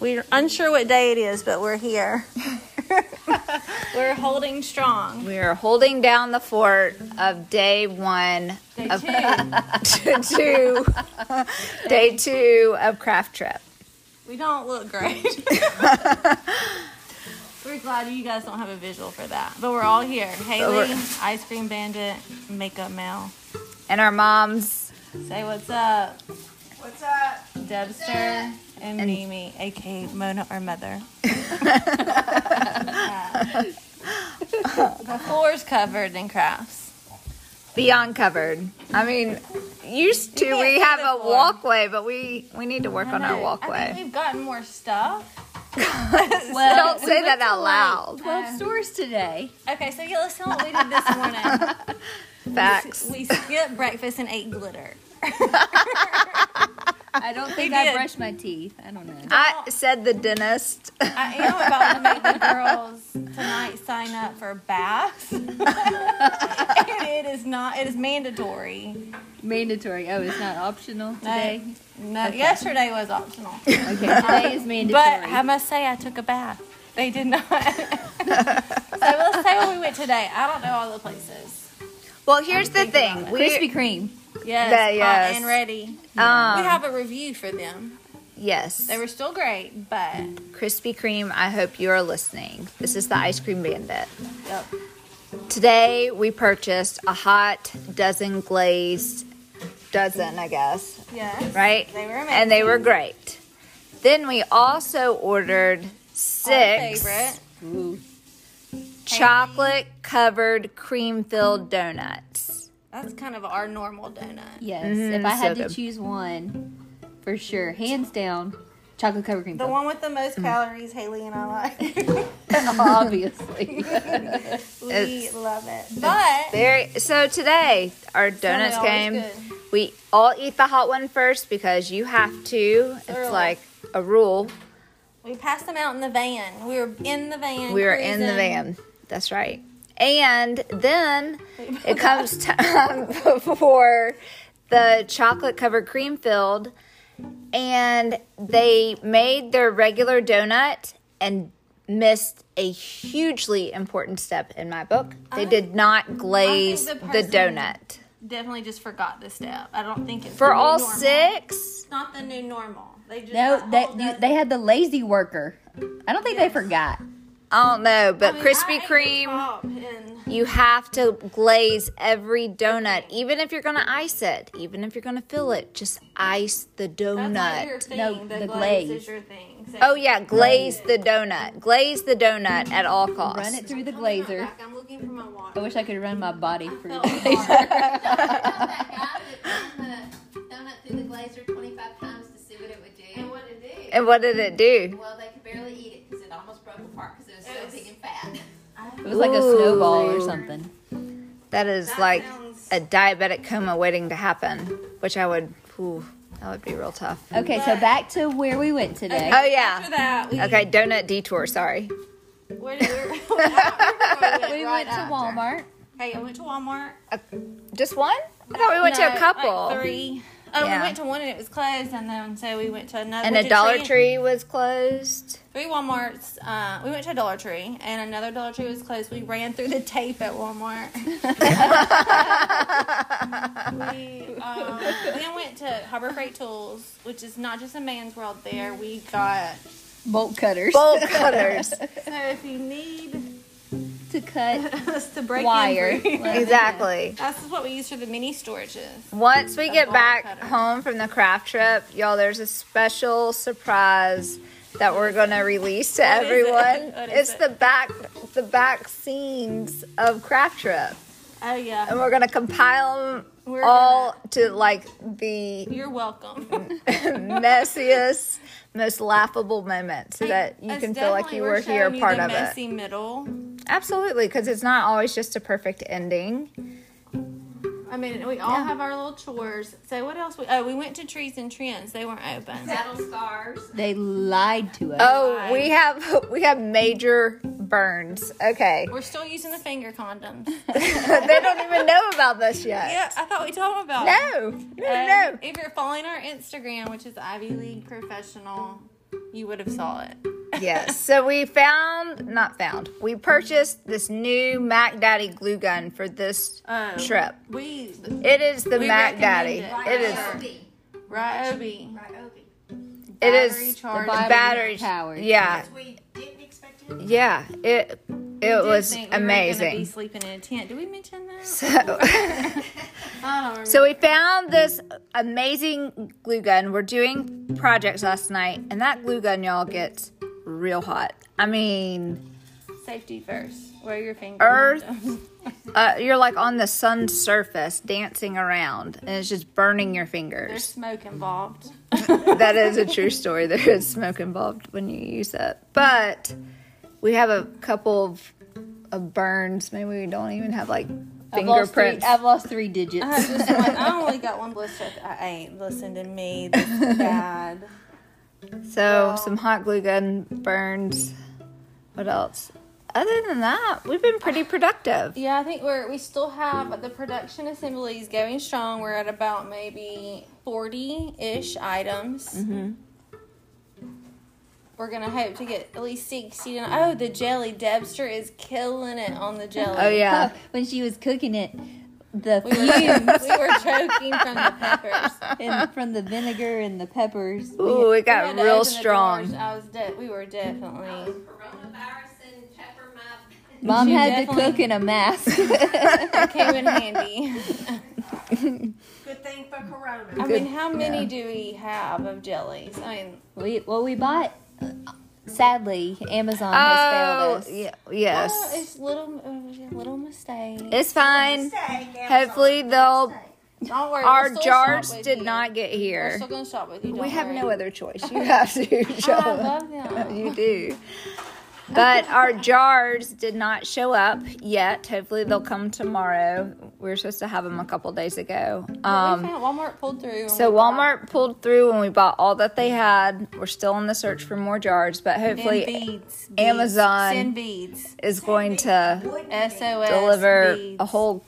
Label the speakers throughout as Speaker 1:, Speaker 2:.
Speaker 1: We're unsure what day it is, but we're here. we're holding strong.
Speaker 2: We are holding down the fort of day one,
Speaker 1: Day two.
Speaker 2: to two, day two of craft trip.
Speaker 1: we don't look great. we're glad you guys don't have a visual for that, but we're all here. Haley,
Speaker 2: we're-
Speaker 1: Ice Cream Bandit, Makeup Mel.
Speaker 2: And our moms,
Speaker 1: Say what's up,
Speaker 3: What's up?
Speaker 1: Debster and, Mimi, aka Mona or Mother. the floor's covered in crafts.
Speaker 2: beyond covered. I mean, used to
Speaker 1: can't
Speaker 2: we
Speaker 1: see
Speaker 2: have
Speaker 1: the
Speaker 2: a
Speaker 1: floor.
Speaker 2: walkway, but we we need to work on
Speaker 1: I
Speaker 2: our
Speaker 1: know. I think
Speaker 2: walkway.
Speaker 1: we've gotten more stuff.
Speaker 2: Don't say that out loud.
Speaker 4: 12 stores today.
Speaker 1: Okay, so yeah, let's tell what we did this morning.
Speaker 2: Facts.
Speaker 1: We skipped breakfast and ate glitter.
Speaker 4: I don't think
Speaker 1: did.
Speaker 4: I brushed my teeth. I don't know.
Speaker 2: I said the dentist.
Speaker 1: I am about to make the girls tonight sign up for baths. and it is not. It is mandatory.
Speaker 4: Mandatory. Oh, it's not optional
Speaker 1: Uh,
Speaker 4: today.
Speaker 1: No, yesterday was optional,
Speaker 4: Okay, today is mandatory.
Speaker 1: but I must say I took a bath. They did not. so let's say where we went today. I don't know all the places.
Speaker 2: Well, here's the thing.
Speaker 4: Krispy
Speaker 2: We
Speaker 4: Kreme.
Speaker 1: Yes,
Speaker 2: That-
Speaker 1: hot
Speaker 2: yes.
Speaker 1: and ready. we
Speaker 2: um
Speaker 1: have a review for them.
Speaker 2: yes.
Speaker 1: They were still great, but
Speaker 2: Krispy Kreme, I hope you are listening. This is the Ice Cream Bandit.
Speaker 1: yep.
Speaker 2: Today we purchased a hot dozen glazed dozen, I guess,
Speaker 1: yes,
Speaker 2: right?
Speaker 1: They were
Speaker 2: And they were great. Then we also ordered six
Speaker 1: favorite.
Speaker 4: Ooh.
Speaker 2: chocolate covered cream filled donuts.
Speaker 1: That's kind of our normal donut.
Speaker 4: Yes.
Speaker 2: Mhm,
Speaker 4: if I had
Speaker 2: so
Speaker 4: to
Speaker 2: good.
Speaker 4: choose one, for sure, hands down, chocolate covered cream.
Speaker 1: The
Speaker 4: filling.
Speaker 1: one with the
Speaker 2: Mm-hmm.
Speaker 1: most calories, Haley and I like.
Speaker 4: Obviously.
Speaker 1: we
Speaker 2: It's-
Speaker 1: love it. But
Speaker 2: Very so today our donuts
Speaker 1: always
Speaker 2: came.
Speaker 1: good.
Speaker 2: We all eat the hot one first because you have to. It's
Speaker 1: Early.
Speaker 2: like a rule.
Speaker 1: we passed them out in the van. We were in the van.
Speaker 2: We were in the
Speaker 1: cruising.
Speaker 2: van. That's right. And then it comes time for the chocolate covered cream filled, and they made their regular donut and missed a hugely important step in my book. They did not glaze
Speaker 1: the
Speaker 2: the,
Speaker 1: person-
Speaker 2: donut.
Speaker 1: Definitely just forgot the step. I don't think it's
Speaker 2: For
Speaker 1: the new
Speaker 2: all
Speaker 1: normal.
Speaker 2: six,
Speaker 1: It's not the new normal. They just
Speaker 4: no,
Speaker 1: got
Speaker 4: they,
Speaker 1: all
Speaker 4: you,
Speaker 1: the-
Speaker 4: they had the lazy worker. I don't think they forgot.
Speaker 2: I don't know,
Speaker 1: I
Speaker 2: but
Speaker 1: mean,
Speaker 2: Krispy
Speaker 1: I ate the
Speaker 2: Kreme,
Speaker 1: top and-
Speaker 2: you have to glaze every donut, even if you're gonna ice it, even if you're gonna fill it, just ice the
Speaker 1: That's not your
Speaker 2: donut.
Speaker 1: thing.
Speaker 4: No,
Speaker 1: the,
Speaker 4: the
Speaker 1: glaze.
Speaker 4: glaze.
Speaker 1: is your thing. So
Speaker 2: Oh yeah, glaze the donut. Glaze the donut at all costs.
Speaker 4: Run it through the
Speaker 1: Hold on, I'm
Speaker 4: glazer.
Speaker 1: back. I'm looking for my
Speaker 4: I
Speaker 1: water.
Speaker 4: wish I could run my body
Speaker 5: Oh,
Speaker 4: through.
Speaker 5: donut through the glazer 25 times to see what it would do. And what it did.
Speaker 2: And what did it do?
Speaker 5: Well, they could barely eat it because it almost broke apart because it was so big and fat.
Speaker 4: It was like a
Speaker 2: Ooh.
Speaker 4: snowball or something.
Speaker 2: That is
Speaker 1: That
Speaker 2: like
Speaker 1: sounds-
Speaker 2: a diabetic coma waiting to happen, which I would. Ooh, that would be real tough.
Speaker 4: Okay, so back to where we went today.
Speaker 2: Oh
Speaker 1: After
Speaker 2: yeah.
Speaker 1: that, we,
Speaker 2: Okay, donut detour. Sorry.
Speaker 1: where did we, I don't remember where we went
Speaker 4: we
Speaker 1: right
Speaker 4: went to
Speaker 1: after.
Speaker 4: Walmart.
Speaker 1: Okay, I went to Walmart.
Speaker 2: Uh, just one? I thought we went
Speaker 1: No,
Speaker 2: to a
Speaker 1: like
Speaker 2: couple.
Speaker 1: three. Oh,
Speaker 2: Yeah.
Speaker 1: we went to one and it was closed, and then so we went to another.
Speaker 2: and
Speaker 1: went
Speaker 2: a
Speaker 1: to
Speaker 2: Dollar Tree was closed.
Speaker 1: Three Walmarts. Uh, we went to a Dollar Tree, and another Dollar Tree was closed. We ran through the tape at Walmart. we um, then went to Harbor Freight Tools, which is not just a man's world. There, we got.
Speaker 4: Bolt cutters
Speaker 2: Bowl cutters.
Speaker 1: So if you need
Speaker 4: to cut
Speaker 1: us to break in
Speaker 4: wire.
Speaker 1: for you,
Speaker 2: exactly.
Speaker 1: That's what we use for the mini storages.
Speaker 2: Once we get
Speaker 1: bowl
Speaker 2: back
Speaker 1: cutter.
Speaker 2: home from the craft trip, y'all, there's a special surprise that we're gonna release to
Speaker 1: What is it?
Speaker 2: everyone.
Speaker 1: What is
Speaker 2: It's
Speaker 1: it?
Speaker 2: the back the back scenes of craft trip,
Speaker 1: Oh yeah,
Speaker 2: and we're gonna compile them
Speaker 1: We're
Speaker 2: all to like the
Speaker 1: you're welcome.
Speaker 2: messiest, most laughable moments, so that you
Speaker 1: It's
Speaker 2: can feel like
Speaker 1: definitely-
Speaker 2: you
Speaker 1: we're
Speaker 2: were here,
Speaker 1: showing you
Speaker 2: part
Speaker 1: the
Speaker 2: of it.
Speaker 1: messy middle.
Speaker 2: Absolutely, because it's not always just a perfect ending.
Speaker 1: I mean, we all have our little chores. So what else? We, oh, we went to Trees and Trends. They weren't open.
Speaker 5: Saddle scars.
Speaker 4: They lied to us.
Speaker 2: Oh, we have we have major burns. Okay.
Speaker 1: We're still using the finger condoms.
Speaker 2: they don't even know about this yet.
Speaker 1: yeah, I thought we told them about. it.
Speaker 2: No, no,
Speaker 1: Um,
Speaker 2: no.
Speaker 1: If you're following our Instagram, which is Ivy League Professional, you would have saw it.
Speaker 2: yes. So we found, not found, we purchased this new Mac Daddy glue gun for this
Speaker 1: Oh.
Speaker 2: trip.
Speaker 1: We
Speaker 2: It is the
Speaker 1: We
Speaker 2: Mac
Speaker 1: recommend
Speaker 2: Daddy.
Speaker 1: it.
Speaker 2: It is.
Speaker 5: Obi.
Speaker 1: Ryobi.
Speaker 5: Right, Obi.
Speaker 2: It is
Speaker 1: battery
Speaker 2: the
Speaker 1: charged.
Speaker 4: Bi-
Speaker 2: Battery
Speaker 4: powered.
Speaker 2: Yeah,
Speaker 5: Because we didn't expect it.
Speaker 2: yeah. It it
Speaker 1: Did
Speaker 2: was
Speaker 1: think we were gonna be
Speaker 2: amazing.
Speaker 1: sleeping in a tent. Did we mention that?
Speaker 2: So,
Speaker 1: I don't remember.
Speaker 2: so we found this amazing glue gun. We're doing projects last night, and that glue gun, y'all, gets real hot. I mean,
Speaker 1: Safety first. Wear your fingers.
Speaker 2: Earth. uh, you're like on the sun's surface dancing around, and it's just burning your
Speaker 1: There's
Speaker 2: fingers.
Speaker 1: smoke involved.
Speaker 2: that is a true story. There is smoke involved when you use it. But we have a couple of, of burns. Maybe we don't even have like
Speaker 4: I've lost, three,
Speaker 2: fingerprints. Oh,
Speaker 4: I've lost three digits.
Speaker 1: I just went, I only got one blister. I ain't listening to me. This is bad.
Speaker 2: So some hot glue gun burns. What else? Other than that, we've been pretty productive.
Speaker 1: Yeah, I think we're we still have the production assemblies going strong. We're at about maybe forty ish items.
Speaker 2: Mm-hmm.
Speaker 1: We're gonna hope to get at least sixty. done. Oh, the jelly! Debster is killing it on the jelly.
Speaker 2: Oh yeah.
Speaker 4: when she was cooking it, the
Speaker 1: we were,
Speaker 4: fumes
Speaker 1: we were choking from the peppers.
Speaker 4: and from the vinegar and the peppers. we-
Speaker 2: Ooh, it
Speaker 1: We
Speaker 2: got
Speaker 1: had to
Speaker 2: real
Speaker 1: open the doors.
Speaker 2: strong.
Speaker 1: I was de- we were
Speaker 5: Oh,
Speaker 1: definitely.
Speaker 5: coronavirus and pepper my
Speaker 4: Mom
Speaker 1: She
Speaker 4: had to
Speaker 1: definitely-
Speaker 4: cook in a mask.
Speaker 1: It came in handy.
Speaker 5: Good thing for corona.
Speaker 1: I
Speaker 2: Good.
Speaker 1: mean, how many do we have of jellies? I mean,
Speaker 4: we, well, we bought. Sadly, Amazon
Speaker 2: Oh
Speaker 4: has failed us.
Speaker 2: yeah,
Speaker 1: oh,
Speaker 2: yes.
Speaker 1: it's little uh, little mistake.
Speaker 2: It's fine. Mm-hmm. Hopefully they'll
Speaker 1: Don't worry.
Speaker 2: our
Speaker 1: we'll still
Speaker 2: jars
Speaker 1: shop with
Speaker 2: did
Speaker 1: you.
Speaker 2: not get
Speaker 1: We're
Speaker 2: here.
Speaker 1: still gonna shop with you.
Speaker 2: We
Speaker 1: don't
Speaker 2: have
Speaker 1: worry.
Speaker 2: no other choice. You have to show
Speaker 1: I
Speaker 2: up.
Speaker 1: love them.
Speaker 2: You do. But our jars did not show up yet. Hopefully they'll come tomorrow. We were supposed to have them a couple days ago.
Speaker 1: we found
Speaker 2: Um,
Speaker 1: Walmart pulled through. and
Speaker 2: so
Speaker 1: we bought
Speaker 2: Walmart pulled through and we bought all that they had. We're still on the search for more jars, but
Speaker 1: them
Speaker 2: hopefully
Speaker 1: beads, beads.
Speaker 2: Amazon-
Speaker 1: send beads.
Speaker 2: is going to
Speaker 1: SOS
Speaker 2: deliver
Speaker 1: beads.
Speaker 2: a whole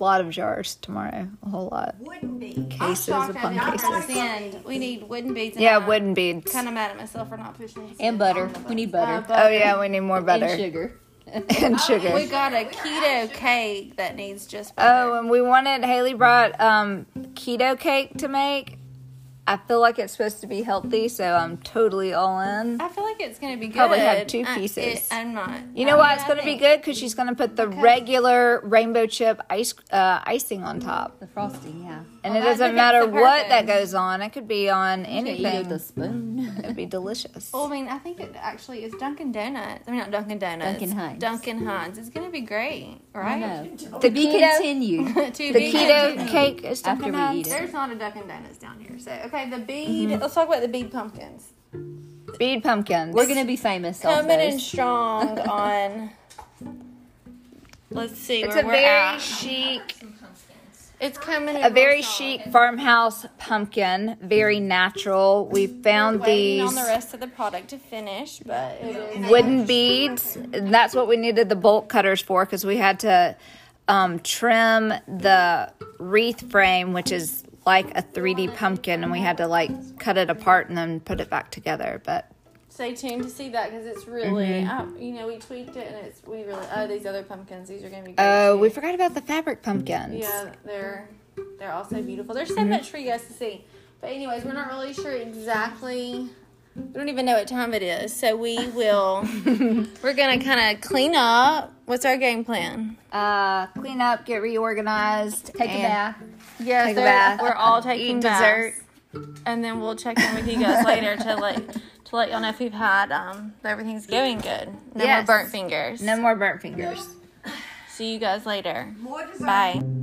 Speaker 2: lot of jars tomorrow. A whole lot.
Speaker 5: Wouldn't be.
Speaker 2: Cases upon cases.
Speaker 1: send. We need wooden beads. And
Speaker 2: Yeah,
Speaker 1: I'm
Speaker 2: wooden beads.
Speaker 1: Kind of mad at myself for not pushing. this
Speaker 4: And
Speaker 1: in
Speaker 4: butter.
Speaker 1: on the
Speaker 4: We need
Speaker 1: bus.
Speaker 4: butter.
Speaker 1: Uh,
Speaker 2: Oh yeah, we need more
Speaker 4: And
Speaker 2: butter
Speaker 4: sugar. Oh,
Speaker 2: and sugar.
Speaker 1: We got a keto cake that needs just.
Speaker 2: Oh,
Speaker 1: butter.
Speaker 2: and we wanted Haley brought um, keto cake to make. I feel like it's supposed to be healthy, so I'm totally all in.
Speaker 1: I feel like it's gonna be good.
Speaker 2: Probably have two
Speaker 1: I- it-
Speaker 2: pieces.
Speaker 1: I'm not.
Speaker 2: You know why it's going to be good? Because she's going to put the regular rainbow chip ice uh, icing on top,
Speaker 4: The frosting, yeah.
Speaker 2: and
Speaker 1: Well,
Speaker 2: it
Speaker 1: that
Speaker 2: doesn't
Speaker 1: defeats
Speaker 2: matter
Speaker 1: the
Speaker 2: what that
Speaker 1: purpose.
Speaker 2: goes on. It could be on
Speaker 4: You can eat it with Oh, a
Speaker 2: anything.
Speaker 4: spoon.
Speaker 2: It'd be delicious.
Speaker 1: Well, I mean, I think it actually is Dunkin' Donuts. I mean, not Dunkin' Donuts.
Speaker 4: Dunkin' Hines.
Speaker 1: Dunkin' Hines. It's gonna be great, right?
Speaker 4: To be
Speaker 2: keto-
Speaker 4: continued.
Speaker 1: the
Speaker 2: The keto cake is
Speaker 4: After
Speaker 2: Dunkin'
Speaker 4: we eat
Speaker 2: Donuts.
Speaker 1: There's not a Dunkin' Donuts down here. So okay, the bead. Let's talk about the bead pumpkins.
Speaker 2: Bead pumpkins.
Speaker 4: We're gonna be famous. off
Speaker 1: Coming in
Speaker 4: those.
Speaker 1: strong on. Let's see
Speaker 2: It's
Speaker 1: where
Speaker 2: a
Speaker 1: we're
Speaker 2: very
Speaker 1: at.
Speaker 2: chic
Speaker 1: It's coming. In
Speaker 2: a very
Speaker 1: real strong.
Speaker 2: chic farmhouse pumpkin, very natural. We found
Speaker 1: Waiting
Speaker 2: these
Speaker 1: on the rest of the product to finish, but it is.
Speaker 2: wooden beads. And that's what we needed the bolt cutters for because we had to um, trim the wreath frame, which is like a 3D pumpkin, and we had to like cut it apart and then put it back together. But
Speaker 1: Stay tuned to see that because it's really. I- you know, we tweaked it and it's. We really. Oh, these other pumpkins. These are gonna be. Great
Speaker 2: oh,
Speaker 1: too.
Speaker 2: we forgot about the fabric pumpkins.
Speaker 1: Yeah, Mm-hmm. they're they're also beautiful. There's so much for you guys to see. But anyways, we're not really sure exactly. We don't even know what time it is, so we will. we're gonna kind of clean up. What's our game plan?
Speaker 2: Uh, clean up, get reorganized,
Speaker 4: Take a
Speaker 2: and-
Speaker 4: bath.
Speaker 1: Yeah,
Speaker 2: Take a bath.
Speaker 1: we're all taking
Speaker 2: Eat
Speaker 1: baths.
Speaker 2: dessert.
Speaker 1: and then we'll check in with you guys later to like to let y'all know if we've had um everything's going good. No
Speaker 2: Yes.
Speaker 1: more burnt fingers.
Speaker 2: No more burnt fingers.
Speaker 1: See you guys later.
Speaker 5: More dessert.
Speaker 1: Bye.